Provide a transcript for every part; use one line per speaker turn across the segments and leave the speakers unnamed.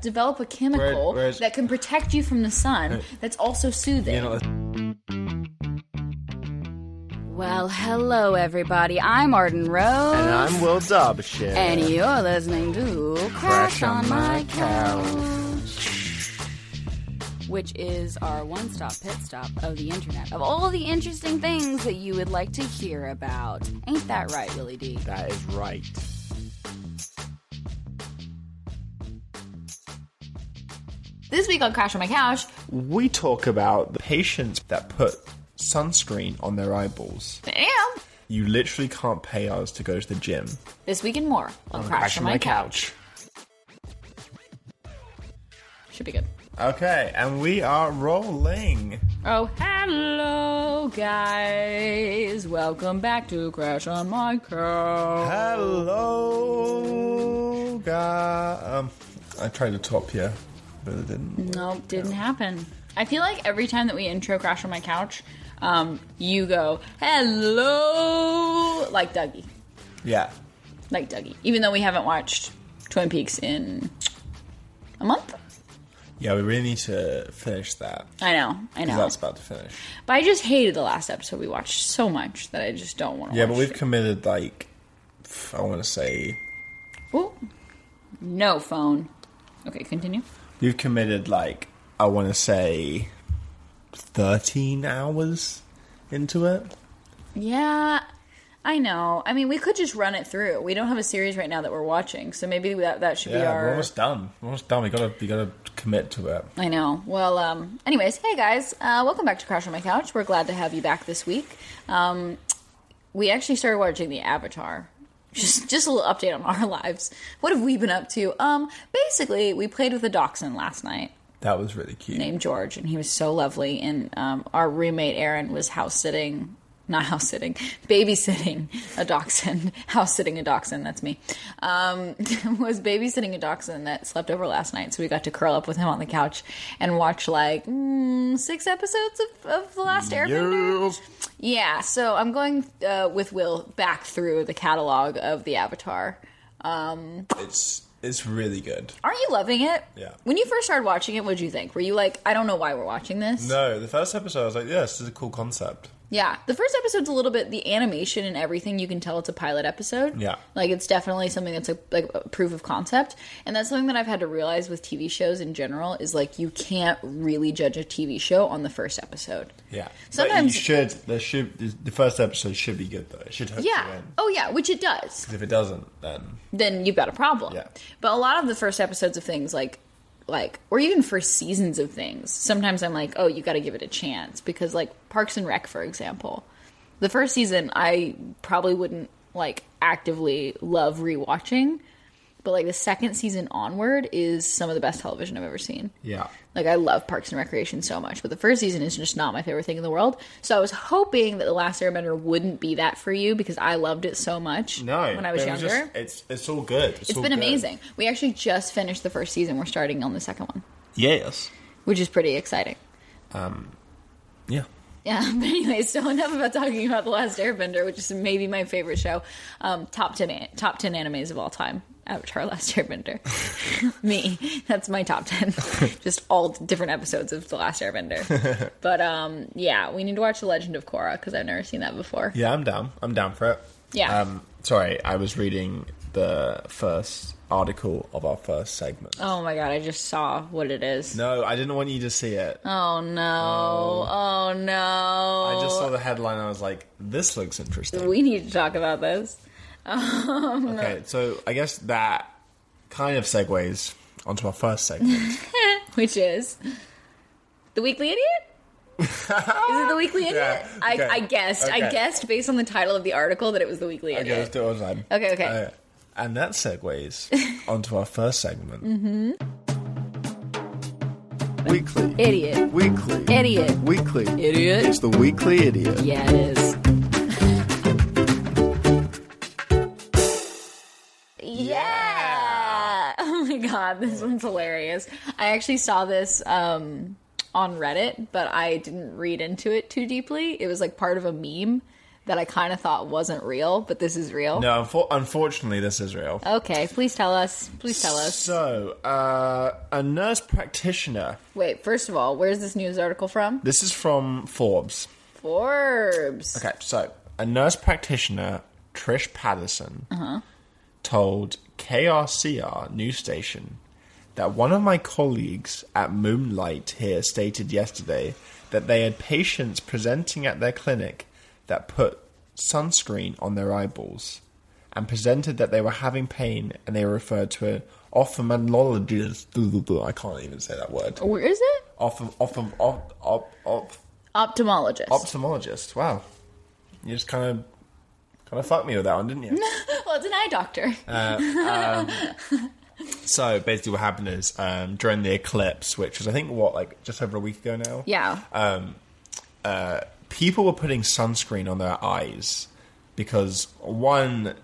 develop a chemical
Whereas- whereas-
that can protect you from the sun that's also soothing.
You know,
Well, hello everybody. I'm Arden Rose.
And I'm Will Dobshit.
And you're listening to Crash, on, My Couch, which is our one stop pit stop of the internet of all the interesting things that you would like to hear about. Ain't that right, Willie D?
That is right.
This week on Crash on My Couch,
we talk about the patients that put sunscreen on their eyeballs.
and
You literally can't pay us to go to the gym.
this week and more on, Crash, on My, couch. Should be good.
Okay, and we are rolling.
Oh, hello, guys. Welcome back to Crash on My Couch.
Hello, guy. Um, I tried to top you, but it didn't.
Nope, didn't happen. I feel like every time that we intro Crash on My Couch, um, you go, hello, like Dougie.
Yeah,
Like Dougie. Even though we haven't watched Twin Peaks in a month?
yeah. We really need to finish that.
I know, I
'cause
know.
That's about to finish.
But I just hated the last episode we watched so much that I just don't want to
Yeah,
watch
but we've
it.
committed like f- I want to say
Ooh. No phone. Okay, continue.
we've committed like I want to say thirteen hours into it.
Yeah, I know. I mean, we could just run it through. We don't have a series right now that we're watching, so maybe that, that should be
Yeah,
our.
we're almost done. We're almost done. We gotta we gotta commit to it.
I know. Well, um, anyways, hey guys, uh, welcome back to Crash on My Couch. We're glad to have you back this week. Um, we actually started watching the Avatar. Just, just a little update on our lives. What have we been up to? Um, basically, we played with a dachshund last night
That was really cute.
named George, and he was so lovely. And um, our roommate Aaron was house sitting, not house sitting, babysitting a dachshund, house sitting a dachshund. That's me. Um, was babysitting a dachshund that slept over last night, so we got to curl up with him on the couch and watch like mm, six episodes of, of the last Airbender. Yeah, so I'm going uh, with Will back through the catalog of the Avatar.
It's it's really good.
Aren't you loving it?
Yeah.
When you first started watching it, what'd you think? Were you like, I don't know why we're watching this?
No, the first episode I was like, yeah, this is a cool concept.
Yeah, the first episode's a little bit the animation and everything. You can tell it's a pilot episode.
Yeah.
like it's definitely something that's a, like a proof of concept, and that's something that I've had to realize with TV shows in general is like you can't really judge a TV show on the first episode.
Yeah, but you
Sometimes-
should. There should the first episode should be good though. It should hook you
Yeah.
in.
Oh yeah, which it does.
'Cause If it doesn't, then
then you've got a problem.
Yeah.
But a lot of the first episodes of things like like or even first seasons of things, sometimes I'm like, "Oh, you got to give it a chance" because like Parks and Rec, for example. The first season I probably wouldn't like actively love rewatching, but like the second season onward is some of the best television I've ever seen.
yeah,
Like I love Parks and Recreation so much, but the first season is just not my favorite thing in the world. So I was hoping that the Last Airbender wouldn't be that for you because I loved it so much
no.
when I was
but it
younger.
just- it's it's all good. It's,
It's
all
been
good.
amazing. We actually just finished the first season. We're starting on the second one,
Yes.
which is pretty exciting.
Yeah.
Yeah, but anyway, so enough about talking about The Last Airbender, which is maybe my favorite show. Um, top ten, a- top ten animes of all time. Avatar: Last Airbender. Me, that's my top ten. Just all different episodes of The Last Airbender. but um, yeah, we need to watch The Legend of Korra because I've never seen that before.
Yeah, I'm down. I'm down for it.
Yeah.
Um, sorry, I was reading the first article of our first segment.
Oh my god, I just saw what it is.
No, I didn't want you to see it.
Oh no! Oh no!
I just saw the headline and I was like, this looks interesting.
Oh. We need to talk about this.
okay, so I guess that kind of segues onto our first segment.
which is the weekly idiot. is it the weekly idiot?
Yeah, okay,
I, I guessed. I
okay.
guessed based on the title of the article that it was the weekly
okay, let's
idiot.
do it one time.
Okay, okay.
Uh, and that segues onto our first segment.
Mm-hmm.
Weekly.
Idiot.
Weekly.
Idiot.
Weekly.
Idiot.
It's the weekly idiot.
Yeah, it is. Yeah. Oh my god, this one's hilarious. I actually saw this um on Reddit, but I didn't read into it too deeply. It was like part of a meme that I kind of thought wasn't real, but this is real.
No, unfor- unfortunately, this is real.
Okay, please tell us. Please tell us.
So, uh, a nurse practitioner.
Wait, first of all, where's this news article from?
This is from Forbes.
Forbes.
Okay, so a nurse practitioner, Trish Patterson, told KRCR news station that one of my colleagues at Moonlight here stated yesterday that they had patients presenting at their clinic that put sunscreen on their eyeballs and presented that they were having pain and they were referred to an ophthalmologist. I can't even say that word.
Oh, Where is it?
Ophthalm, ophthalm, op, op, op,
Ophthalmologist.
ophthalmologist. Wow, you just kind of kind of fucked me with that one, didn't you?
well, it's an eye doctor.
Uh, so basically, what happened is um, during the eclipse, which was I think what like just over a week ago now.
yeah.
people were putting sunscreen on their eyes because one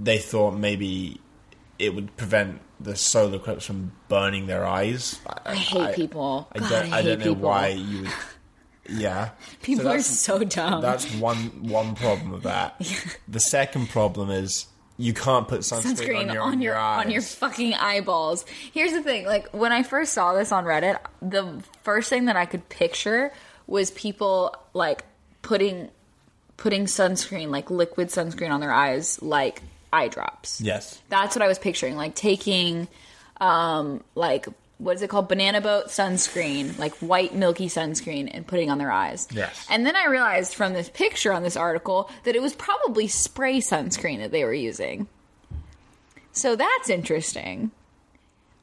they thought maybe it would prevent the solar eclipse from burning their eyes.
I hate people.
I
God,
don't,
I
I
hate
don't
people.
know why you would. Yeah,
People are
that's-
so dumb.
That's one one problem of that. The second problem is you can't put sunscreen,
sunscreen
on your on your, eyes.
on your fucking eyeballs. Here's the thing, like when I first saw this on Reddit, the first thing that I could picture was people like putting putting sunscreen, like liquid sunscreen on their eyes like eye drops.
yes.
That's what I was picturing, like taking um like what is it called? Banana boat sunscreen, like white milky sunscreen, and putting on their eyes.
Yes.
And then I realized from this picture on this article that it was probably spray sunscreen that they were using. So that's interesting.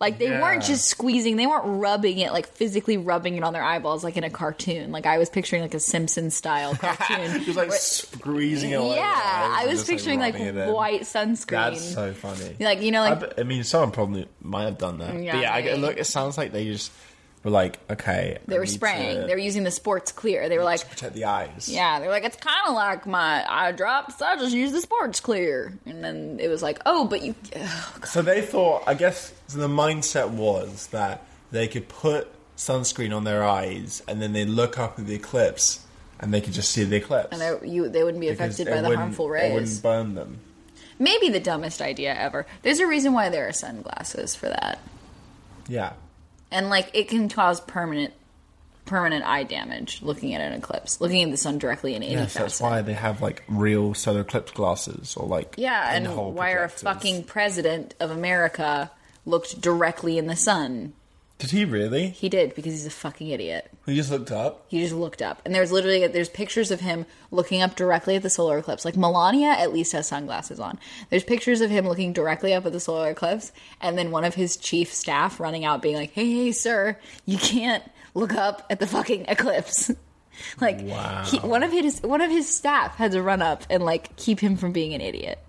Like they weren't
Yeah.
just squeezing, they weren't rubbing it, like physically rubbing it on their eyeballs, like in a cartoon. Like I was picturing like a Simpson style cartoon.
It was like squeezing it away.
yeah, I was picturing like,
white.
white sunscreen.
That's so funny.
Like, you know, like-
I, bet- I mean, someone probably might have done that.
Yeah,
but yeah, I,
maybe.
look, it sounds like they just were like, okay, I
They were
need
spraying.
to-
They were using the sports clear. They were like,
to protect the eyes.
yeah, they're like, it's kind of like my eye drops. I just use the sports clear. And then it was like, oh, but you.
So they thought, I guess, so the mindset was that they could put sunscreen on their eyes, and then they look up at the eclipse, and they could just see the eclipse.
And they, you, they wouldn't be
Because
affected
it
by the
wouldn't-
harmful
It
rays.
wouldn't burn them.
Maybe the dumbest idea ever. There's a reason why there are sunglasses for that.
Yeah.
And like it can cause permanent permanent eye damage looking at an eclipse, looking at the sun directly in any
Yes, that's
facet.
why they have like real solar eclipse glasses or like
yeah, and
pinhole
why our
projectors.
fucking president of America looked directly in the sun.
did he really?
He did because he's a fucking idiot.
He just looked up.
He just looked up, and there's literally there's pictures of him looking up directly at the solar eclipse. Like Melania at least has sunglasses on. There's pictures of him looking directly up at the solar eclipse, and then one of his chief staff running out, being like, "Hey, hey, sir, you can't look up at the fucking eclipse." like,
Wow.
he, one of his one of his staff had to run up and like keep him from being an idiot.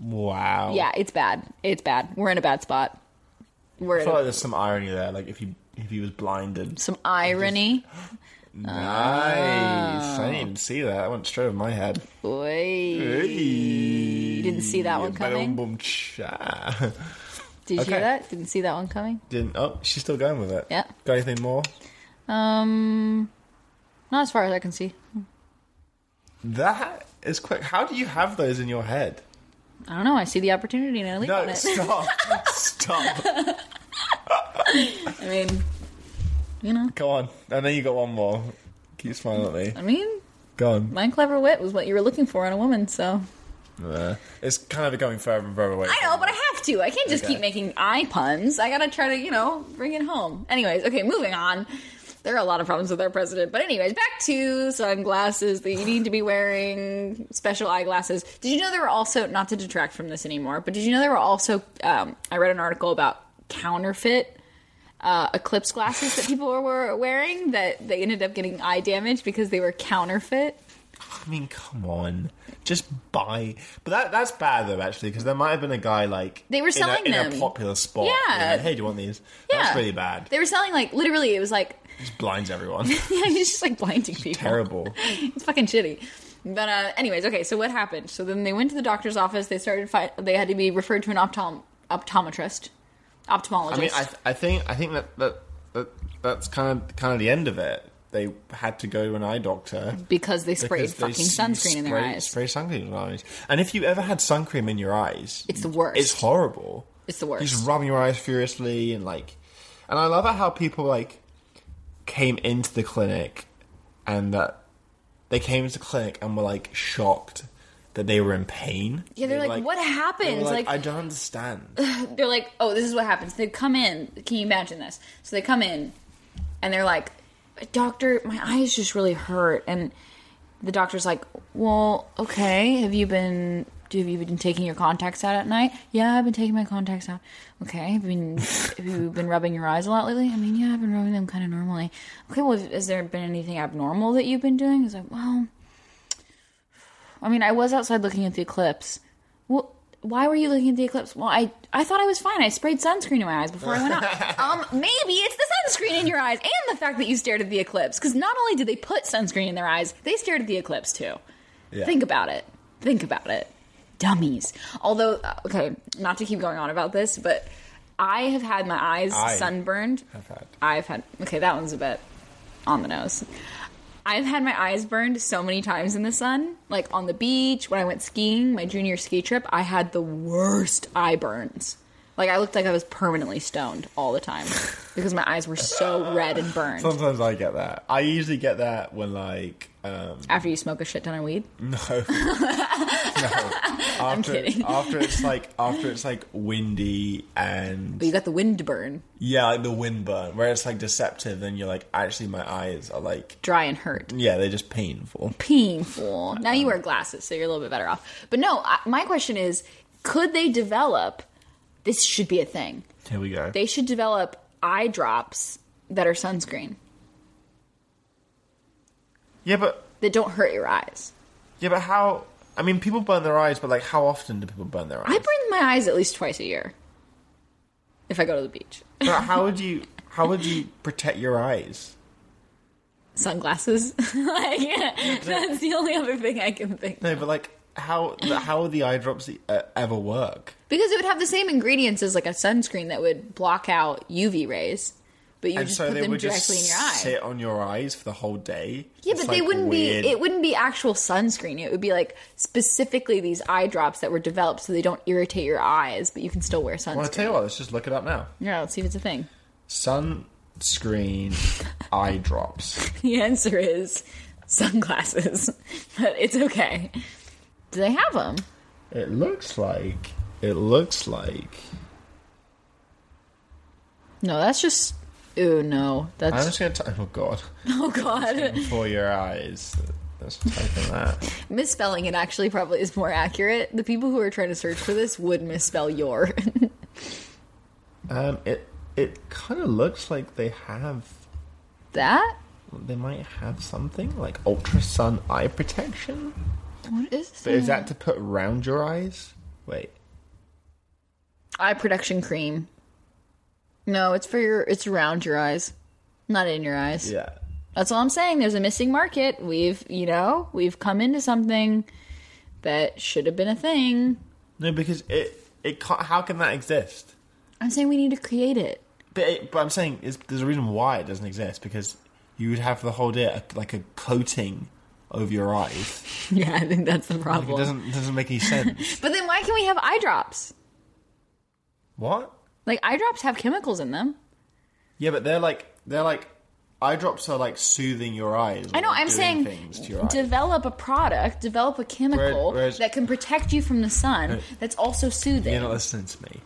Wow.
Yeah, it's bad. It's bad. We're in a bad spot. We're
I
in
feel like
a,
there's some irony there. Like if he if he was blinded.
some irony. Ah.
Nice. I didn't even see that. That went straight over my head.
Oy.
You
didn't see that one coming? Did you hear
Okay.
that? Didn't see that one coming.
Didn't. Oh, she's still going with it.
Yeah.
Got anything more?
Um, not as far as I can see.
That is quick. How do you have those in your head?
I don't know. I see the opportunity and I leap on
No,
it.
stop. stop.
I mean, you know,
Go on. I know you got one more. Keep smiling at me.
I mean,
Go on.
my clever wit was what you were looking for in a woman. So
Uh, it's kind of going further and further away.
I know, but I have to. I can't just
Okay.
keep making eye puns. I gotta try to, you know, bring it home. Anyways, okay, moving on. There are a lot of problems with our president, but anyways, back to sunglasses that you need to be wearing. Special eyeglasses. Did you know there were also not to detract from this anymore, but did you know there were also? Um, I read an article about counterfeit uh, eclipse glasses that people were wearing that they ended up getting eye damage because they were counterfeit.
I mean, come on, just buy. But that that's bad though, actually, because there might have been a guy like
They were
in a-
selling
in a,
them.
popular spot. and
Yeah.
they're like, hey, do you want these?
Yeah.
That's really bad.
They were selling like literally. It was like
Just blinds everyone.
yeah, it's just like blinding people.
Terrible.
it's fucking shitty. But uh, anyways, okay. So what happened? So then they went to the doctor's office. They started. Fi- they had to be referred to an optom- optometrist, ophthalmologist.
I mean, I, I think I think that, that that that's kind of kind of the end of it. they had to go to an eye doctor
because they sprayed
because they
fucking
s-
sunscreen in their
spray-
eyes.
Spray sunscreen in your eyes. And if you ever had sun cream in your eyes,
It's the worst.
It's horrible.
It's the
You're
worst.
Just rubbing your eyes furiously and like, and I love it how people like came into the clinic and that they came into the clinic and were like shocked that they were in pain.
Yeah, they're
They were
like, "What happened?"
they were
Like-
I don't understand.
they're like, oh, this is what happens. They come in. Can you imagine this? So they come in, and they're like, doctor, my eyes just really hurt. And the doctor's like, well, okay. Have you been? Do have you been taking your contacts out at night? Yeah, I've been taking my contacts out. Okay, have you been, have you been rubbing your eyes a lot lately? I mean, yeah, I've been rubbing them kind of normally. Okay, well, has there been anything abnormal that you've been doing? He's like, well, I mean, I was outside looking at the eclipse. Well, why were you looking at the eclipse? Well, I I thought I was fine. I sprayed sunscreen in my eyes before I went out. um, maybe it's the sunscreen in your eyes and the fact that you stared at the eclipse. Because not only did they put sunscreen in their eyes, they stared at the eclipse too.
Yeah.
Think about it. Think about it. Dummies. Although, uh, okay, not to keep going on about this, but I have had my eyes
I
sunburned.
have had.
I've had. Okay, that one's a bit on the nose. I've had my eyes burned so many times in the sun, like on the beach, when I went skiing, my junior ski trip, I had the worst eye burns. Like I looked like I was permanently stoned all the time because my eyes were so red and burned.
Sometimes I get that. I usually get that when like um
After you smoke a shit ton of weed,
no. no. After, I'm
kidding.
after it's like after it's like windy and
but you got the wind burn,
Yeah, like the wind burn, where it's like deceptive, and you're like, actually, my eyes are like,
dry and hurt.
yeah, they're just painful.
painful. Now you wear glasses, so you're a little bit better off. But no, I, my question is could they develop this should be a thing.
Here we go.
They should develop eye drops that are sunscreen
yeah, but
that don't hurt your eyes.
yeah, but how? I mean, people burn their eyes, but like, how often do people burn their eyes?
I burn my eyes at least twice a year if I go to the beach.
But how would you? How would you protect your eyes?
Sunglasses. like, that's the only other thing I can think.
No, but like, how? How would the eye drops uh, ever work?
Because it would have the same ingredients as like a sunscreen that would block out UV rays, but you
and
just
so
put
they
them
would
directly
just
in your eye.
sit on your eyes for the whole day.
Yeah,
It's,
but they
like,
wouldn't
weird.
be. It wouldn't be actual sunscreen. It would be like specifically these eye drops that were developed so they don't irritate your eyes, but you can still wear sunscreen.
Well, I tell you what, let's just look it up now.
yeah, let's see if it's a thing.
Sunscreen eye drops.
The answer is sunglasses, but it's okay. Do they have them?
It looks like. It looks like.
No, that's just. Ooh, no,
I'm
that's
just gonna type. Oh god!
oh god.
For your eyes. Let's type in that.
Misspelling it actually probably is more accurate. The people who are trying to search for this would misspell your.
Um, it it kind of looks like they have.
that
They might have something like ultra sun eye protection.
what is
But is that to put around your eyes? Wait.
eye protection cream. No, it's for your it's around your eyes, not in your eyes.
Yeah.
That's all I'm saying. There's a missing market. We've, you know, we've come into something that should have been a thing.
No, because it it can't, how can that exist?
I'm saying we need to create it.
But it, but I'm saying it's, there's a reason why it doesn't exist because you would have the whole day uh, like a coating over your eyes.
Yeah, I think that's the
Like, it
problem.
doesn't doesn't make any sense.
but then why can we have eye drops?
what?
Like eye drops have chemicals in them.
Yeah, but they're like they're like eye drops are like soothing your eyes.
I know.
or
I'm
doing
saying
things to your eyes.
develop a product, develop a chemical
whereas-
that can protect you from the sun. that's also soothing.
You're not listening to me.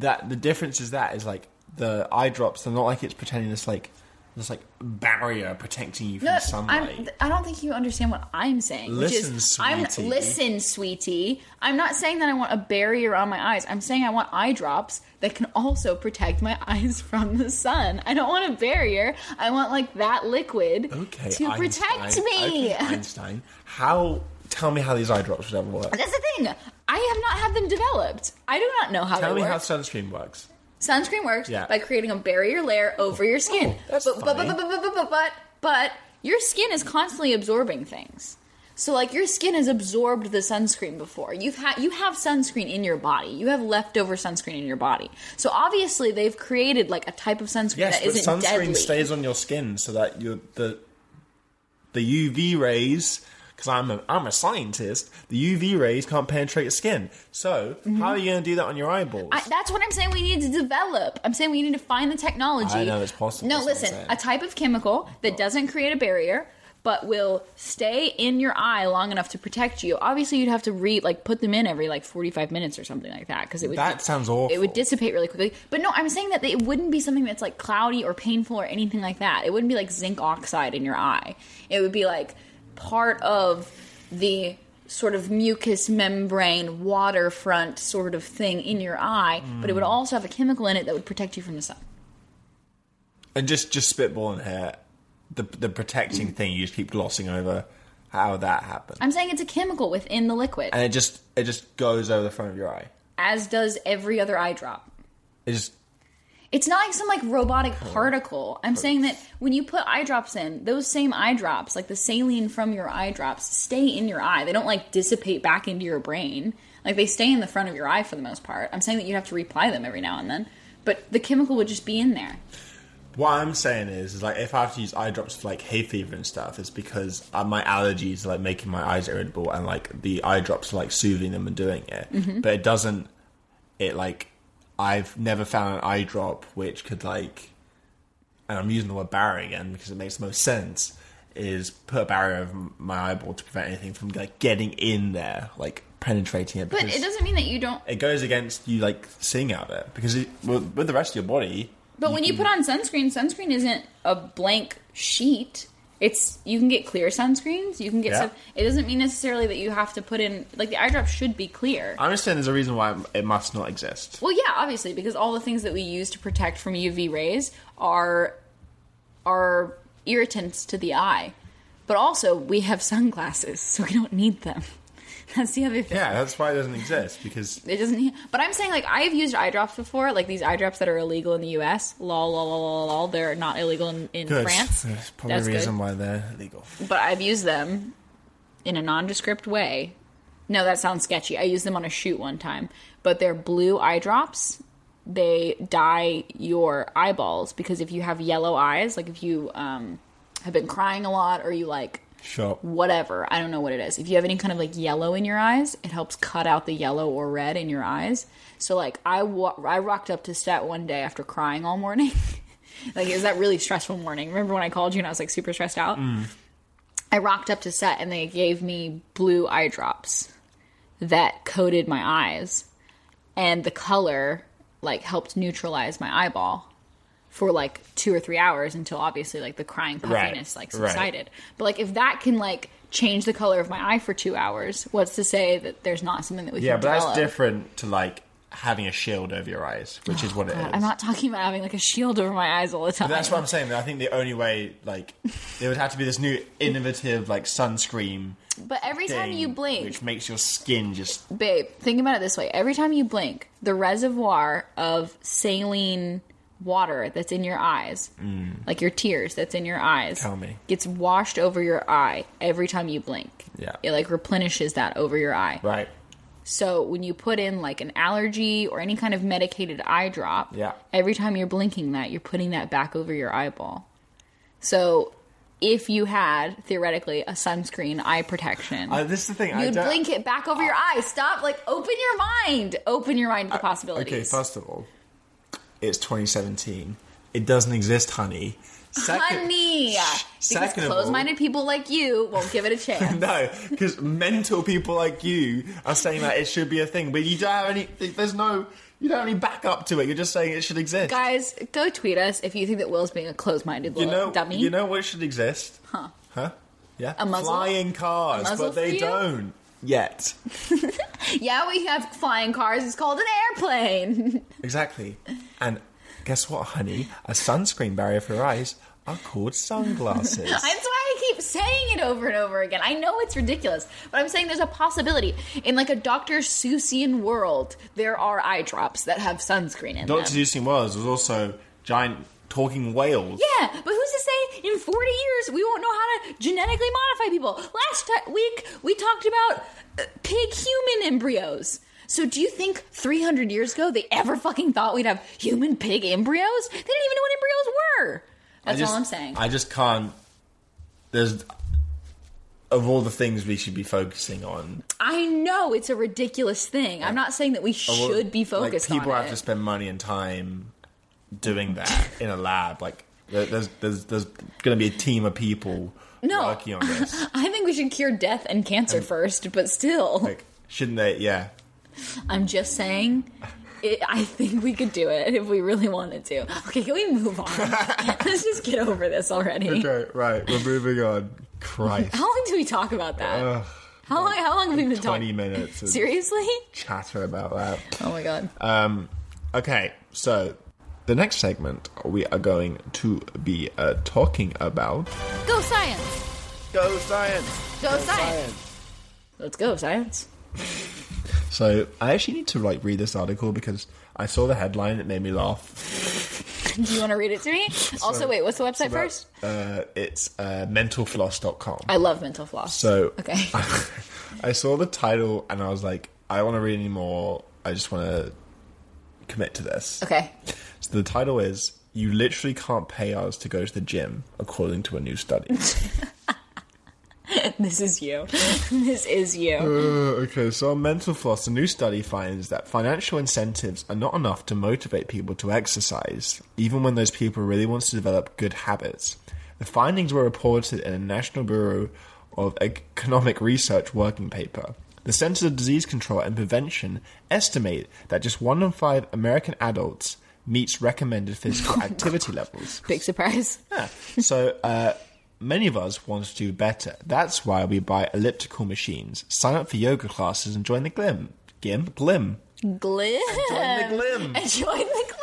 That the difference is that is like the eye drops. They're not like it's pretending this like this like barrier protecting you from
No,
sunlight.
I'm, th- I don't think you understand what I'm saying.
Listen,
which is, I'm,
sweetie.
listen, sweetie. I'm not saying that I want a barrier on my eyes. I'm saying I want eye drops that can also protect my eyes from the sun. I don't want a barrier. I want like that liquid
okay,
to protect
Einstein.
me.
Okay, Einstein. How? Tell me how these eye drops would ever work.
That's the thing. I have not had them developed. I do not know how
Tell
they
me
work.
how sunscreen works.
Sunscreen works
Yeah. Oh,
by creating a barrier layer over your skin.
that's
but, but, but,
funny.
but, but, but, but, but, but your skin is constantly absorbing things. So like your skin has absorbed the sunscreen before. You've had you have sunscreen in your body. You have leftover sunscreen in your body. So obviously they've created like a type of sunscreen
Yes,
that
but
isn't
sunscreen
deadly.
stays on your skin so that you the the UV rays. Because I'm a, I'm a scientist, the UV rays can't penetrate your skin. So how are you going to do that on your eyeballs?
Mm-hmm. I, that's what I'm saying. We need to develop. I'm saying we need to find the technology.
I know it's possible,
No,
that's what I'm
listen.
saying.
A type of chemical that doesn't create a barrier, but will stay in your eye long enough to protect you. Obviously, you'd have to re like put them in every like 45 minutes or something like that because it would.
that sounds awful.
It would dissipate really quickly. But no, I'm saying that it wouldn't be something that's like cloudy or painful or anything like that. It wouldn't be like zinc oxide in your eye. It would be like part of the sort of mucous membrane waterfront sort of thing in your eye, but it
Mm.
would also have a chemical in it that would protect you from the sun.
and just just spitballing here, the the protecting thing you just keep glossing over how that happened,
I'm saying it's a chemical within the liquid,
and it just it just goes over the front of your eye.
as does every other eye drop.
It just
It's not like some like robotic particle. I'm saying that when you put eye drops in, those same eye drops, like the saline from your eye drops, stay in your eye. They don't like dissipate back into your brain. Like they stay in the front of your eye for the most part. I'm saying that you have to reapply them every now and then, but the chemical would just be in there.
What I'm saying is, is like if I have to use eye drops for like hay fever and stuff, it's because uh, my allergies are like making my eyes irritable, and like the eye drops are like soothing them and doing it.
Mm-hmm.
But it doesn't. It like I've never found an eye drop which could like, and I'm using the word barrier again because it makes the most sense. Is put a barrier over m- my eyeball to prevent anything from like getting in there, like penetrating it.
But
because
it doesn't mean that you don't.
It goes against you like seeing out of it because it, with, with the rest of your body,
But when you put on sunscreen, sunscreen isn't a blank sheet. It's you can get clear sunscreens. You can get
Yeah.
stuff. It doesn't mean necessarily that you have to put in like the eye drop should be clear.
I understand there's a reason why it must not exist.
Well, yeah, obviously, because all the things that we use to protect from UV rays are are irritants to the eye. But also, we have sunglasses, so we don't need them. That's the other thing.
Yeah, that's why it doesn't exist because
It doesn't. need- But I'm saying, like, I've used eye drops before, like these eye drops that are illegal in the U.S. Lol, lol, lol, lol, lol. They're not illegal in, in France.
That's probably
That's
the reason
good.
why they're illegal.
But I've used them in a nondescript way. No, that sounds sketchy. I used them on a shoot one time, but they're blue eye drops. They dye your eyeballs because if you have yellow eyes, like if you um, have been crying a lot or you like
Sure.
whatever, I don't know what it is. If you have any kind of like yellow in your eyes, it helps cut out the yellow or red in your eyes. So like I wa- I rocked up to set one day after crying all morning. like it was that really stressful morning. Remember when I called you and I was like super stressed out?
Mm.
I rocked up to set and they gave me blue eye drops that coated my eyes and the color like helped neutralize my eyeball for like two or three hours until obviously like the crying
Right,
puffiness like
right.
subsided. But like if that can like change the color of my eye for two hours, what's to say that there's not something that we
Yeah,
can
but that's
develop?
different to like having a shield over your eyes, which is what it is.
I'm not talking about having like a shield over my eyes all the time.
But that's what I'm saying. I think the only way, like, there would have to be this new innovative, like, sunscreen
But every time
thing,
you blink,
which makes your skin just
babe, think about it this way. Every time you blink, the reservoir of saline water that's in your eyes, like your tears that's in your eyes,
Mm. Tell me.
gets washed over your eye every time you blink.
Yeah.
It like replenishes that over your eye.
right.
So when you put in like an allergy or any kind of medicated eye drop,
Yeah.
every time you're blinking that, you're putting that back over your eyeball. So if you had theoretically a sunscreen eye protection,
Uh, this is the thing. I
You'd
don't,
blink it back over your eyes. Stop. Like, open your mind. Open your mind to the possibilities.
Okay, first of all, it's 2017. It doesn't exist, honey. Second,
Honey. Because
second of all-
closed minded people like you won't give it a chance.
No, because mental people like you are saying that it should be a thing, but you don't have any. There's no. You don't have any backup to it. You're just saying it should exist.
Guys, go tweet us if you think that Will's being a closed minded
you
little
know.
dummy.
You know what should exist? Huh? Huh? Yeah.
A muzzle?
Flying cars,
A muzzle
but they
for you?
don't yet.
yeah, we have flying cars. It's called an airplane.
Exactly. And guess what, honey? A sunscreen barrier for your eyes are called sunglasses.
That's why I keep saying it over and over again. I know it's ridiculous, but I'm saying there's a possibility. In like a Dr. Seussian world, there are eye drops that have sunscreen in them.
Doctor Seuss was was also giant talking whales.
Yeah, but who's to say in 40 years we won't know how to genetically modify people? Last ti week we talked about uh, pig human embryos. So do you think 300 years ago they ever fucking thought we'd have human pig embryos? They didn't even know what embryos were.
I
That's
just-
all I'm saying.
I just can't. There's of all the things we should be focusing on.
I know it's a ridiculous thing. I'm not saying that we
of all-
should be focused
Oh, Like people
on
have
it.
to spend money and time doing that in a lab. Like there- there's there's there's going to be a team of people
No.
working on this.
I think we should cure death and cancer first, but still,
Like shouldn't they? Yeah.
I'm just saying. It, I think we could do it if we really wanted to. Okay, can we move on? Let's just get over this already.
Okay. Right. We're moving on. Christ.
How long do we talk about that?
Ugh,
how long? How long have we been
Uh, Twenty
talking?
minutes. Uh, Of
Seriously?
Chatter about that.
Oh my god!
Um, Okay. So. The next segment we are going to be uh, talking about
Go science!
Go science.
Go science!
Science.
Let's go science.
So I actually need to like read this article because I saw the headline. It made me laugh.
Do you want to read it to me? also, wait. What's the website first?
Uh, it's uh, mentalfloss.com.
I love mental floss.
So
okay.
I saw the title and I was like, I don't want to read any more. I just want to commit to this.
okay.
So the title is "You literally can't pay us to go to the gym," according to a new study.
This is you. this is you.
Uh, okay, so on Mental Floss, a new study finds that financial incentives are not enough to motivate people to exercise, even when those people really want to develop good habits. The findings were reported in a National Bureau of Economic Research working paper. The Centers of Disease Control and Prevention estimate that just one in five American adults meets recommended physical activity levels.
Big surprise.
Yeah. Ah. So uh, many of us want to do better. That's why we buy elliptical machines, sign up for yoga classes, and join the glim. Gim? Glim.
Glim.
Join the glim.
And join the glim.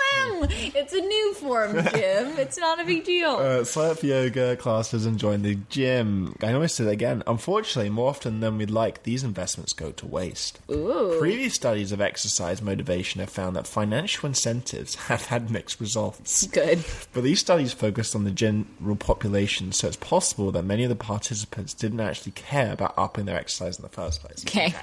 It's a new form, Jim. it's not a big deal.
Uh, sign up for yoga classes and join the gym. I always say that again. Unfortunately, more often than we'd like, these investments go to waste. Previous studies of exercise motivation have found that financial incentives have had mixed results.
Good.
But these studies focused on the general population, so it's possible that many of the participants didn't actually care about upping their exercise in the first place.
Okay.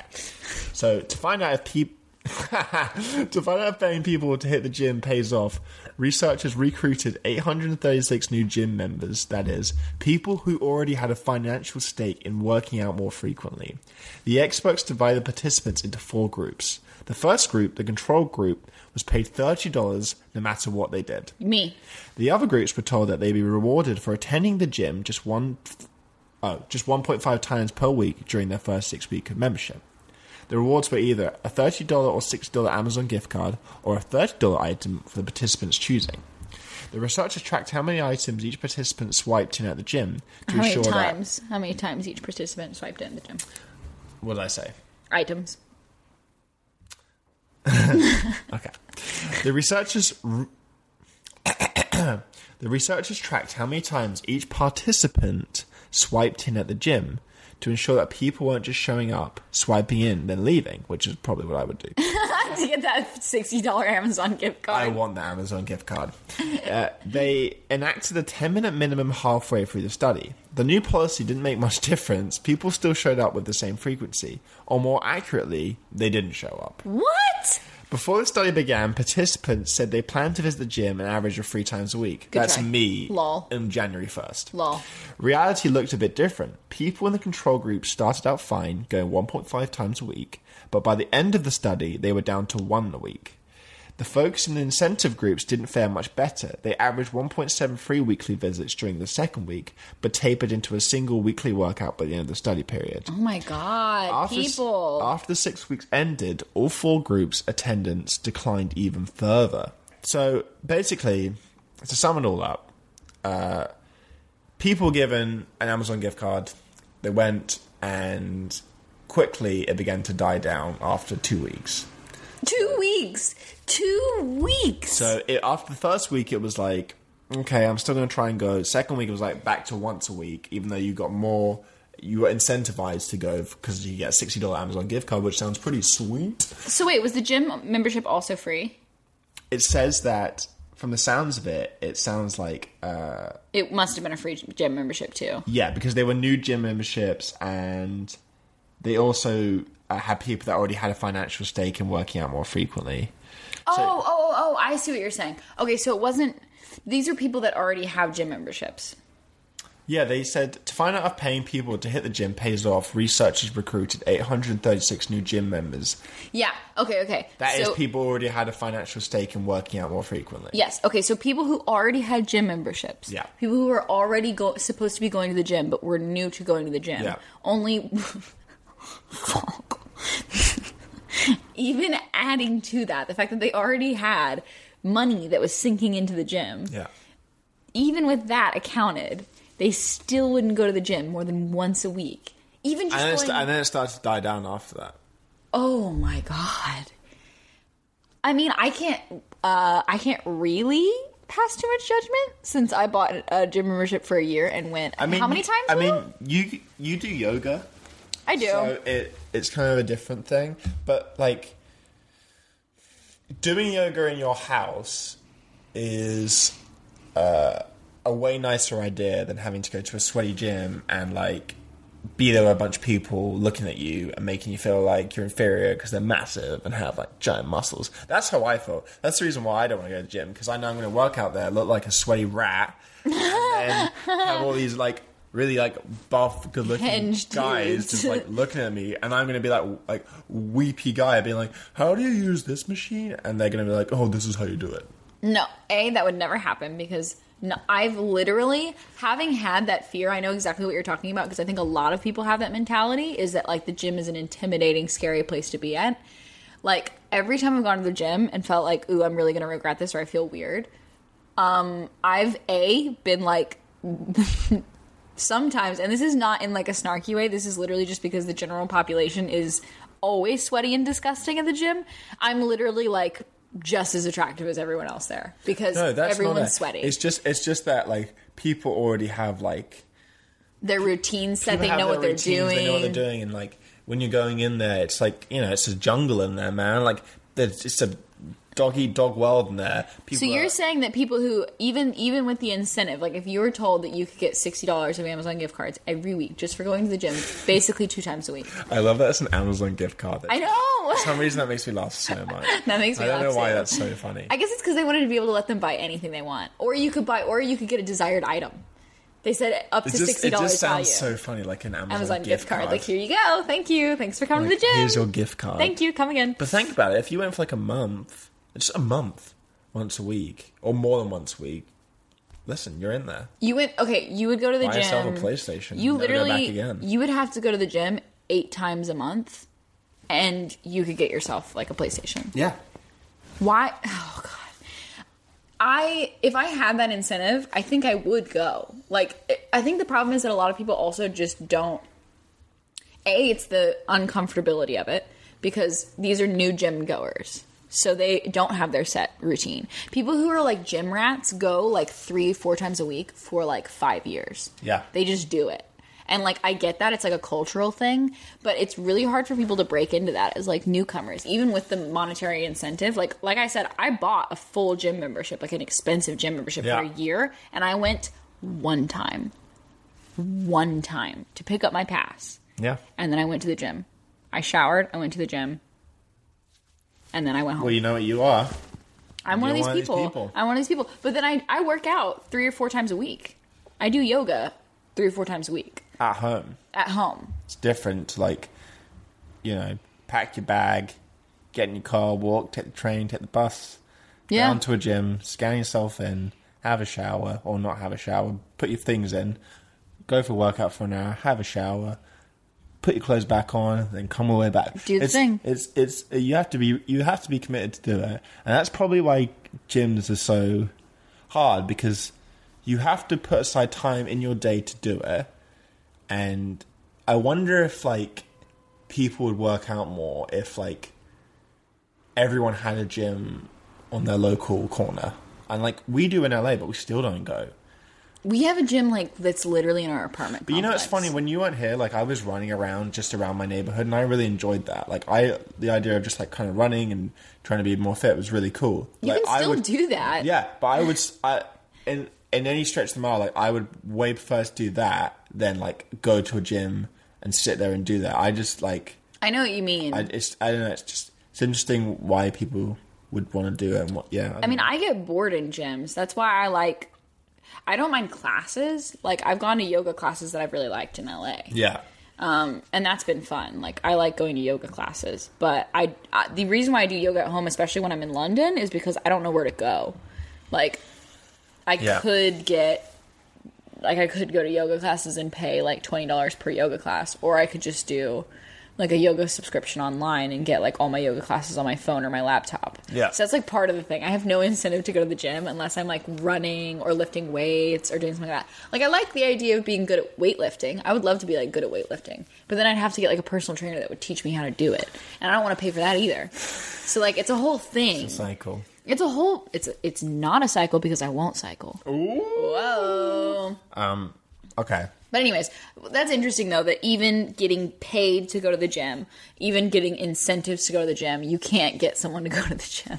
So to find out if people to find out if paying people to hit the gym pays off, researchers recruited 836 new gym members, that is, people who already had a financial stake in working out more frequently. The experts divided participants into four groups. The first group, the control group, was paid $30 no matter what they did.
Me.
The other groups were told that they'd be rewarded for attending the gym just one, oh, just 1.5 times per week during their first six week of membership. The rewards were either a $30 or $60 Amazon gift card or a $30 item for the participants choosing. The researchers tracked how many items each participant swiped in at the gym to
How many
ensure
times? How many times each participant swiped in the gym?
that. What did I say?
Items.
Okay. The researchers. r the researchers tracked how many times each participant swiped in at the gym to ensure that people weren't just showing up, swiping in, then leaving, which is probably what I would do.
to get that sixty dollar Amazon gift
I
card.
want the Amazon gift card. Uh, they enacted a 10 minute minimum halfway through the study. The new policy didn't make much difference. People still showed up with the same frequency. Or more accurately, they didn't show up.
what?
Before the study began, participants said they planned to visit the gym an average of three times a week.
Good
That's
try.
me
Lol.
on January 1st.
Lol.
Reality looked a bit different. People in the control group started out fine, going 1.5 times a week, but by the end of the study, they were down to one a week. The folks in the incentive groups didn't fare much better. They averaged 1.73 weekly visits during the second week, but tapered into a single weekly workout by the end of the study period.
Oh my god, people!
After the six weeks ended, all four groups' attendance declined even further. So basically, to sum it all up, uh, people given an Amazon gift card, they went and quickly it began to die down after two weeks.
two weeks. Two weeks.
So it, after the first week, it was like, okay, I'm still going to try and go. Second week, it was like back to once a week, even though you got more. You were incentivized to go because you get a sixty dollar Amazon gift card, which sounds pretty sweet.
so wait, was the gym membership also free?
it says that for from the sounds of it, it sounds like uh,
It must have been a free gym membership too.
yeah, because they were new gym memberships, and they also uh, had people that already had a financial stake in working out more frequently.
oh, oh, oh, oh! I see what you're saying. Okay, so it wasn't. These are people that already have gym memberships.
Yeah, they said to find out if paying people to hit the gym pays off, researchers recruited 836 new gym members.
Yeah. Okay. Okay.
That is
so,
people already had a financial stake in working out more frequently.
Yes. Okay. So people who already had gym memberships.
Yeah.
People who were already go- supposed to be going to the gym but were new to going to the gym.
Yeah.
Only. Fuck. Even adding to that, the fact that they already had money that was sinking into the gym,
Yeah.
even with that accounted, they still wouldn't go to the gym more than once a week. Even just
And then, it
going-
st- and then it started to die down after that.
Oh my god. I mean, I can't uh I can't really pass too much judgment since I bought a gym membership for a year and went
I mean,
how many times?
I
Will?
mean, you you do yoga,
I do.
so it it's kind of a different thing. But like doing yoga in your house is uh, a way nicer idea than having to go to a sweaty gym and like be there with a bunch of people looking at you and making you feel like you're inferior because they're massive and have like giant muscles. That's how I feel. That's the reason why I don't want to go to the gym because I know I'm going to work out there, look like a sweaty rat, and then have all these like really like buff, good-looking
Hinged
guys
dudes.
just like looking at me, and I'm going to be like like weepy guy being like, "How do you use this machine?" And they're going to be like, "Oh, this is how you do it."
No, A, that would never happen because no, I've literally, having had that fear, I know exactly what you're talking about because I think a lot of people have that mentality is that like the gym is an intimidating, scary place to be at. Like every time I've gone to the gym and felt like, ooh, I'm really going to regret this or I feel weird, um, I've A, been like, sometimes, and this is not in like a snarky way, this is literally just because the general population is always sweaty and disgusting at the gym. I'm literally like just as attractive as everyone else there because
No, that's
everyone's
not it.
sweaty.
It's just it's just that like people already have like
their routines set,
people
they
have
know
their
what they're
routines,
doing.
They know what they're doing, and like when you're going in there, it's like you know it's a jungle in there, man. Like there's it's a dog eat dog world in there. People
So you're
are-
saying that people who even even with the incentive, like if you were told that you could get sixty dollars of Amazon gift cards every week just for going to the gym, basically two times a week.
I love that it's an Amazon gift card.
I
For some
know.
reason that makes me laugh so much.
That makes me
I don't
laugh
know why
too.
that's so funny.
I guess it's because they wanted to be able to let them buy anything they want, or you could buy, or you could get a desired item. They said up to
it just
sixty
it
dollars
just
value.
sounds so funny, like an Amazon,
Amazon gift card. Like here you go. Thank you. Thanks for coming
Like,
to the gym.
here's your gift card.
Thank you. Come again.
But think about it. If you went for like a month, just a month, once a week, or more than once a week, listen, you're in there.
You went okay. You would go to the
Buy
gym.
yourself a PlayStation.
You
Never go
literally
back again.
you would have to go to the gym eight times a month, and you could get yourself like a PlayStation.
Yeah.
Why? Oh God. I if I had that incentive, I think I would go. Like I- I think the problem is that a lot of people also just don't. A, it's the uncomfortability of it because these are new gym goers. So they don't have their set routine. People who are like gym rats go like 3 4 times a week for like 5 years.
Yeah.
They just do it. And like I get that it's like a cultural thing, but it's really hard for people to break into that as like newcomers, even with the monetary incentive. Like like I said, I bought a full gym membership, like an expensive gym membership
Yeah.
for a year, and I went one time. One time to pick up my pass.
Yeah.
And then I went to the gym. I showered, I went to the gym. And then I went home.
Well, you know what you are.
I'm one of,
You're
these, people. I'm one of these people. But then I, I work out three or four times a week. I do yoga three or four times a week
At home.
at home.
It's different to like, you know, pack your bag, get in your car, walk, take the train, take the bus,
Yeah.
get onto a gym, scan yourself in, have a shower or not have a shower, put your things in, go for a workout for an hour, have a shower, put your clothes back on, then come all the way back.
Do the
it's,
thing.
It's it's you have to be you have to be committed to do it, and that's probably why gyms are so hard because you have to put aside time in your day to do it, and I wonder if like people would work out more if like everyone had a gym on their local corner. And like we do in LA, but we still don't go.
We have a gym like that's literally in our apartment.
But you know, it's funny when you weren't here. Like I was running around just around my neighborhood, and I really enjoyed that. Like I, the idea of just like kind of running and trying to be more fit was really cool.
you
like,
can
I
still
would,
do that.
Yeah, but I would, s- I, in in any stretch of the mile, like I would way prefer to do that than like go to a gym and sit there and do that. I just like,
I know what you mean.
I, it's, I don't know. It's just it's interesting why people would want to do it and what. Yeah,
I mean, I get bored in gyms. That's why I like. I don't mind classes. Like I've gone to yoga classes that I've really liked in LA,
yeah,
um, and that's been fun. Like I like going to yoga classes, but I, I the reason why I do yoga at home, especially when I'm in London, is because I don't know where to go. Like I
Yeah.
could get. Like I could go to yoga classes and pay like twenty dollars per yoga class, or I could just do like a yoga subscription online and get like all my yoga classes on my phone or my laptop.
Yeah.
So that's like part of the thing. I have no incentive to go to the gym unless I'm like running or lifting weights or doing something like that. Like I like the idea of being good at weightlifting. I would love to be like good at weightlifting, but then I'd have to get like a personal trainer that would teach me how to do it, and I don't want to pay for that either. So like it's a whole thing.
cycle.
It's a whole. It's it's not a cycle because I won't cycle. Whoa.
Okay.
But anyways, that's interesting though that even getting paid to go to the gym, even getting incentives to go to the gym, you can't get someone to go to the gym.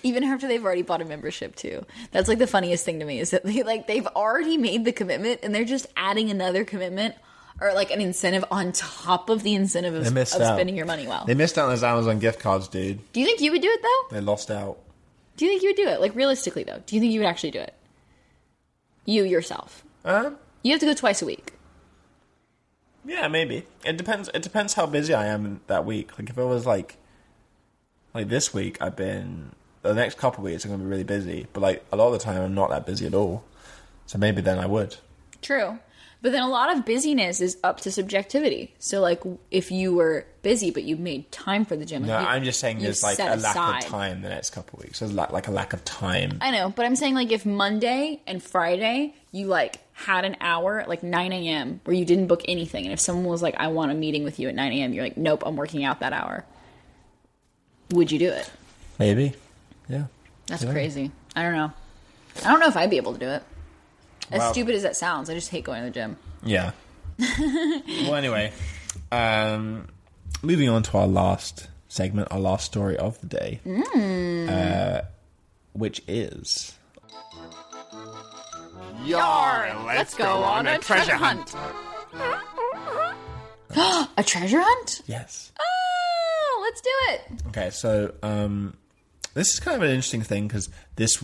even after they've already bought a membership too. That's like the funniest thing to me is that they like they've already made the commitment and they're just adding another commitment or like an incentive on top of the incentive of,
They
of
missed out.
spending your money well.
They missed out on those Amazon gift cards, dude.
do you think you would do it though?
They lost out.
Do you think you would do it? Like realistically though, do you think you would actually do it? You yourself.
Um,
You have to go twice a week.
yeah, maybe. It depends. It depends how busy I am that week. Like if it was like, like this week, I've been the next couple weeks I'm gonna be really busy. But like a lot of the time, I'm not that busy at all. So maybe then I would.
True. But then a lot of busyness is up to subjectivity. So like if you were busy but you made time for the gym.
No,
like, you-
I'm just saying
you
there's like
set
a lack
aside-
of time the next couple weeks. There's like, like a lack of time.
I know, but I'm saying like if Monday and Friday you like had an hour like 9 a.m. where you didn't book anything, and if someone was like, "I want a meeting with you at 9 a.m.," you're like, "Nope, I'm working out that hour." Would you do it?
Maybe. Yeah.
That's
Yeah.
crazy. I don't know. I don't know if I'd be able to do it. As
Wow.
stupid as that sounds, I just hate going to the gym.
Yeah. well, anyway, um, moving on to our last segment, our last story of the day, uh, which is
Yar, let's go on a treasure hunt.
A treasure hunt?
yes.
Oh, let's do it.
Okay, so um, this is kind of an interesting thing because this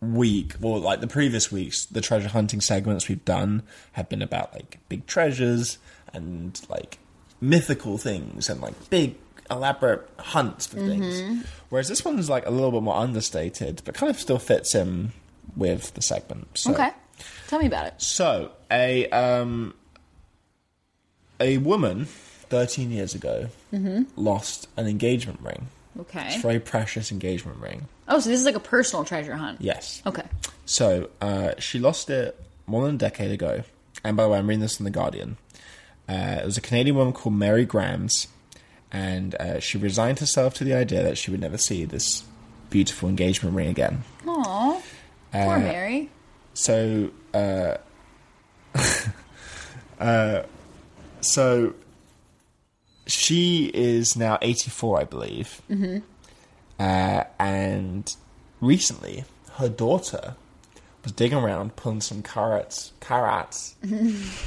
week, well, like the previous weeks, the treasure hunting segments we've done have been about like big treasures and like mythical things and like big elaborate hunts for things. Whereas this one's like a little bit more understated, but kind of still fits in with the segment. So.
Okay. Tell me about it.
So a um, a woman, thirteen years ago, lost an engagement ring. It's
Okay.
a very precious engagement ring.
Oh, so this is like a personal treasure hunt.
Yes.
Okay.
So uh, she lost it more than a decade ago. And by the way, I'm reading this in The Guardian. Uh, it was a Canadian woman called Mary Grams, and uh, she resigned herself to the idea that she would never see this beautiful engagement ring again.
Aw.
Uh,
Poor Mary.
So, uh, uh, so she is now 84, I believe. Mm-hmm. Uh, and recently, her daughter was digging around, pulling some carrots, carrots,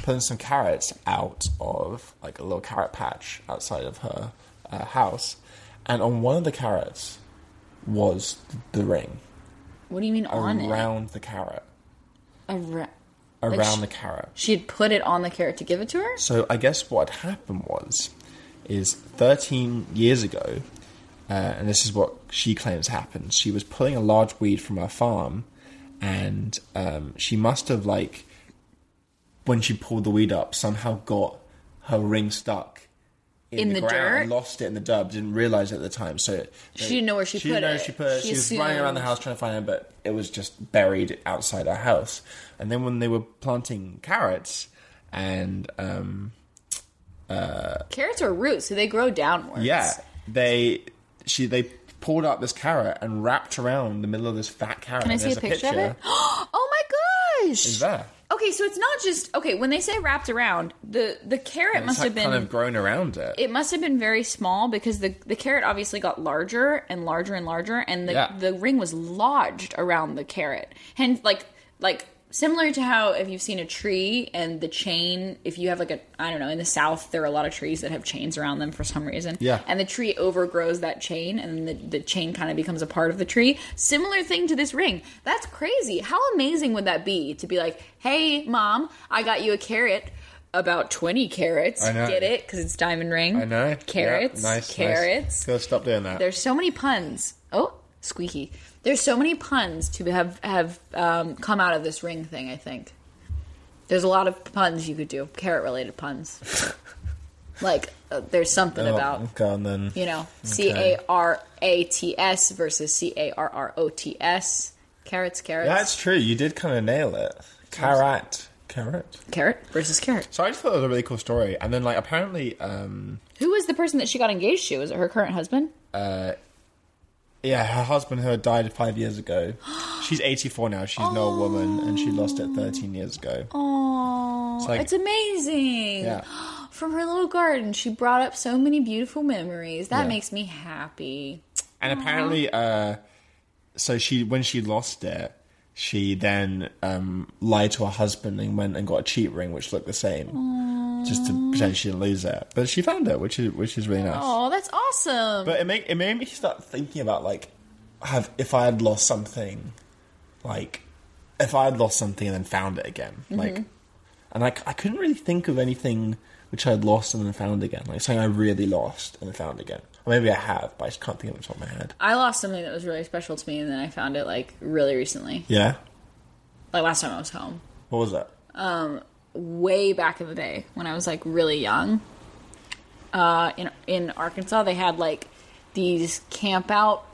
pulling some carrots out of like a little carrot patch outside of her uh, house. And on one of the carrots was the ring
What do you mean on it?
around the carrot
Around.
around
sh-
the carrot.
She had put it on the carrot to give it to her?
So I guess what happened was, is 13 years ago, uh, and this is what she claims happened. She was pulling a large weed from her farm, and um, she must have like, when she pulled the weed up, somehow got her ring stuck.
In the
ground,
dirt?
lost it in the dirt, didn't realize it at the time. So
She didn't know where she
didn't
put
know
it.
She put it.
She
She, was running around the
assumed.
house trying to find it, but it was just buried outside her house. And then when they were planting carrots, and um,
Carrots are roots, so they grow downwards.
yeah, they she they pulled up this carrot and wrapped around the middle of this fat carrot.
Can I
and
see a
there's
picture of it? Oh my gosh!
is there.
Okay, so it's not just okay. When they say wrapped around, the the carrot
It's
must
like
have been
kind of grown around it.
it must have been very small because the the carrot obviously got larger and larger and larger, and the
Yeah.
the ring was lodged around the carrot, and like like similar to how if you've seen a tree and the chain, if you have like a I don't know in the south there are a lot of trees that have chains around them for some reason,
Yeah.
and the tree overgrows that chain, and the the chain kind of becomes a part of the tree. Similar thing to this ring. That's crazy. How amazing would that be to be like, hey mom, I got you a carrot. About twenty carrots.
I know.
Get it? because it's diamond ring.
I know.
Carrots.
Yeah, nice.
Carrots.
Nice. Gotta stop doing that.
There's so many puns. Oh, squeaky. There's so many puns to have have um, come out of this ring thing. I think there's a lot of puns you could do. Carrot related puns. like uh, there's something
Oh,
about
go on then.
you know C A R A T S versus C A R R O T S. Carrots, carrots,
That's true. You did kind of nail it. Carrot. Carrot.
carrot versus carrot.
So I just thought it was a really cool story. And then, like, apparently, um,
Who was the person that she got engaged to? Was it her current husband?
yeah, her husband who had died five years ago. She's 84 now. She's no woman, and she lost it 13 years ago.
Oh, it's,
like-
amazing.
Yeah.
From her little garden, she brought up so many beautiful memories. That
Yeah.
makes me happy.
And apparently, uh, so she when she lost it, she then um, lied to her husband and went and got a cheat ring, which looked the same, just to pretend she didn't lose it. But she found it, which is which is really nice.
Oh, that's awesome.
But it made it made me start thinking about like, have if I had lost something, like if I had lost something and then found it again,
Mm-hmm.
like, and I, c- I couldn't really think of anything which I had lost and then found again, like something I really lost and then found again. Or maybe I have, but I just can't think of it off the top of my head.
I lost something that was really special to me, and then I found it like really recently,
Yeah,
like last time I was home,
what was that?
way back in the day when I was like really young. Uh, in in Arkansas, they had like these camp out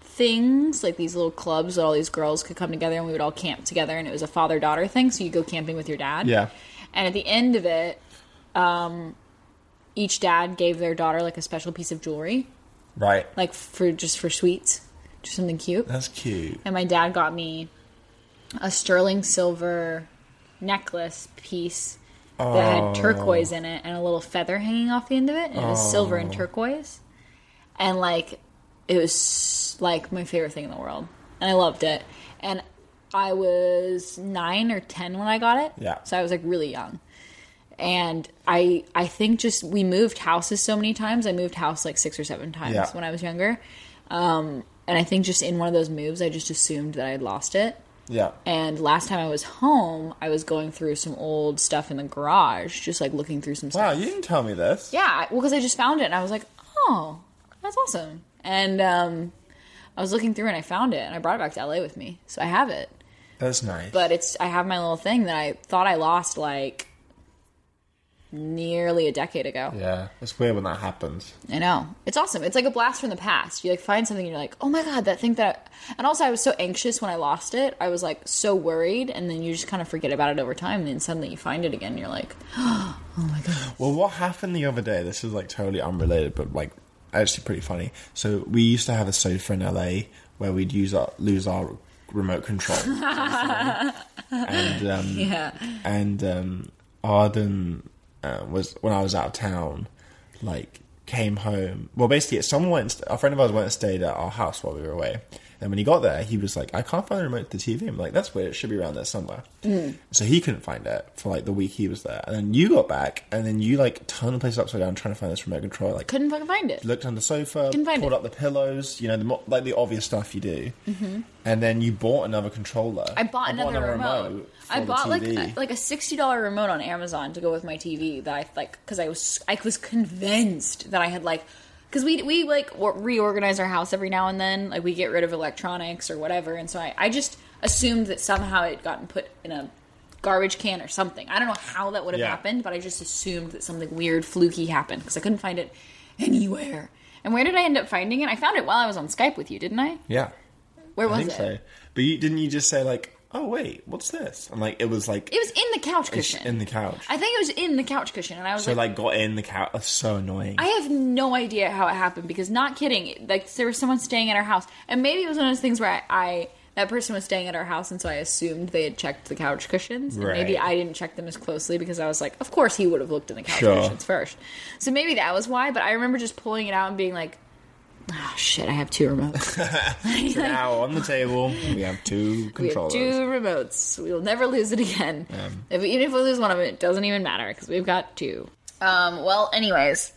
things, like these little clubs that all these girls could come together, and we would all camp together, and it was a father daughter thing. So you go camping with your dad.
Yeah,
And at the end of it, um, each dad gave their daughter like a special piece of jewelry,
right.
like for just for sweets, just something cute.
That's cute.
And my dad got me a sterling silver necklace piece that had turquoise in it and a little feather hanging off the end of it, and it was silver and turquoise. And like, it was like my favorite thing in the world, and I loved it. And I was nine or ten when I got it,
Yeah.
So I was like really young and I I think just we moved houses so many times. I moved house like six or seven times
Yeah.
when I was younger, um, and I think just in one of those moves, I just assumed that I had lost it.
Yeah,
And last time I was home, I was going through some old stuff in the garage, just like looking through some
wow,
stuff.
you didn't tell me this.
Yeah, I- well, because I just found it, and I was like, oh, that's awesome. And um, I was looking through, and I found it, and I brought it back to LA with me, so I have it
That's nice.
but it's I have my little thing that I thought I lost like nearly a decade ago.
yeah, it's weird when that happens.
I know. It's awesome. It's like a blast from the past. You like find something and you're like, "Oh my god, that thing that I... And also I was so anxious when I lost it. I was like so worried and then you just kind of forget about it over time and then suddenly you find it again and you're like, "Oh
Well, what happened the other day? This is like totally unrelated, but like actually pretty funny. So we used to have a sofa in LA where we'd use our lose our remote control, and um,
Yeah.
and um, Arden uh, was when I was out of town, like came home. Well, basically, someone went. A friend of ours went and stayed at our house while we were away. And when he got there, he was like, "I can't find the remote to the TV." I'm like, "That's weird. It should be around there somewhere." So he couldn't find it for like the week he was there. And then you got back, and then you like turned the place upside down trying to find this remote control. Like,
couldn't fucking find it.
looked on the sofa,
Couldn't find
pulled
it.
up the pillows, you know, the mo- like the obvious stuff you do, mm-hmm. and then you bought another controller.
I bought another, remote.
for
I
the
bought like
TV.
a, like a sixty dollar remote on Amazon to go with my TV that I like because I was I was convinced that I had like because we we like w- reorganize our house every now and then like we get rid of electronics or whatever and so I I just assumed that somehow it had gotten put in a garbage can or something I don't know how that would have
Yeah.
happened but I just assumed that something weird fluky happened because I couldn't find it anywhere and where did I end up finding it I found it while I was on Skype with you didn't I
yeah,
where
I
was
think
it
so. But you didn't you just say like, oh wait, what's this? And like it was like
it was in the couch cushion
in the couch.
I think it was in the couch cushion, and I was
so
like,
like got in the couch. That's so annoying.
I have no idea how it happened because, not kidding, like there was someone staying at our house, and maybe it was one of those things where I, I that person was staying at our house, and so I assumed they had checked the couch cushions. And maybe
Right.
I didn't check them as closely because I was like, of course he would have looked in the couch
Sure.
cushions first. So maybe that was why. But I remember just pulling it out and being like, oh shit, I have two remotes.
now on the table, we have two
we have
controllers.
two remotes. We will never lose it again. If, even if we lose one of them, it doesn't even matter because we've got two. Um, well, anyways.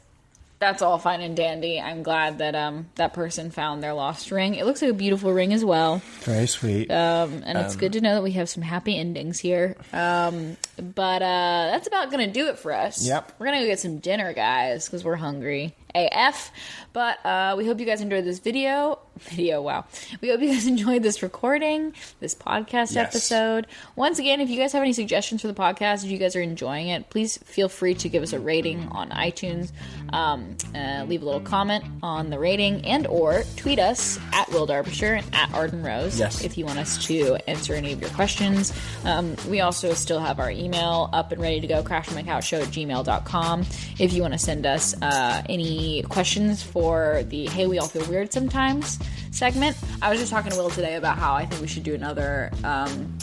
That's all fine and dandy. I'm glad that um, that person found their lost ring. It looks like a beautiful ring as well.
Very sweet.
and it's good to know that we have some happy endings here. Um, but uh, that's about gonna do it for us.
Yep.
we're gonna go get some dinner, guys, because we're hungry AF. But uh, we hope you guys enjoyed this video. Video, wow. We hope you guys enjoyed this recording, this podcast episode. Once again, if you guys have any suggestions for the podcast, if you guys are enjoying it, please feel free to give us a rating on iTunes. Um, uh, leave a little comment on the rating, and or tweet us at Will Derbyshire and at Arden Rose
Yes.
if you want us to answer any of your questions. Um, we also still have our email up and ready to go, crashmycouchshow at gmail.com. If you want to send us uh, any questions for the Hey, We All Feel Weird Sometimes segment, I was just talking to Will today about how I think we should do another um,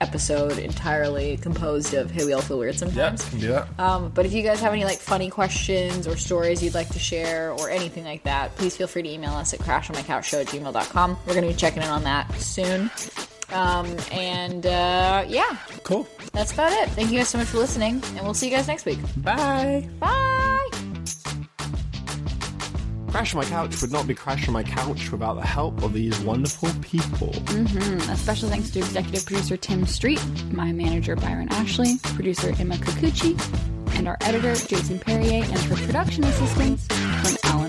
episode entirely composed of Hey, We All Feel Weird
yeah,
Sometimes.
can do that.
Um, but if you guys have any like funny questions or stories you'd like to share or anything like that, please feel free to email us at crashonmycouchshow at gmail.com. We're going to be checking in on that soon. Um, and uh, yeah,
cool.
that's about it. Thank you guys so much for listening, and we'll see you guys next week.
Bye.
Bye!
Crash on My Couch would not be Crash on My Couch without the help of these wonderful people.
A special thanks to executive producer Tim Street, my manager Byron Ashley, producer Emma Kikuchi, and our editor Jason Perrier, and for production assistance from Alan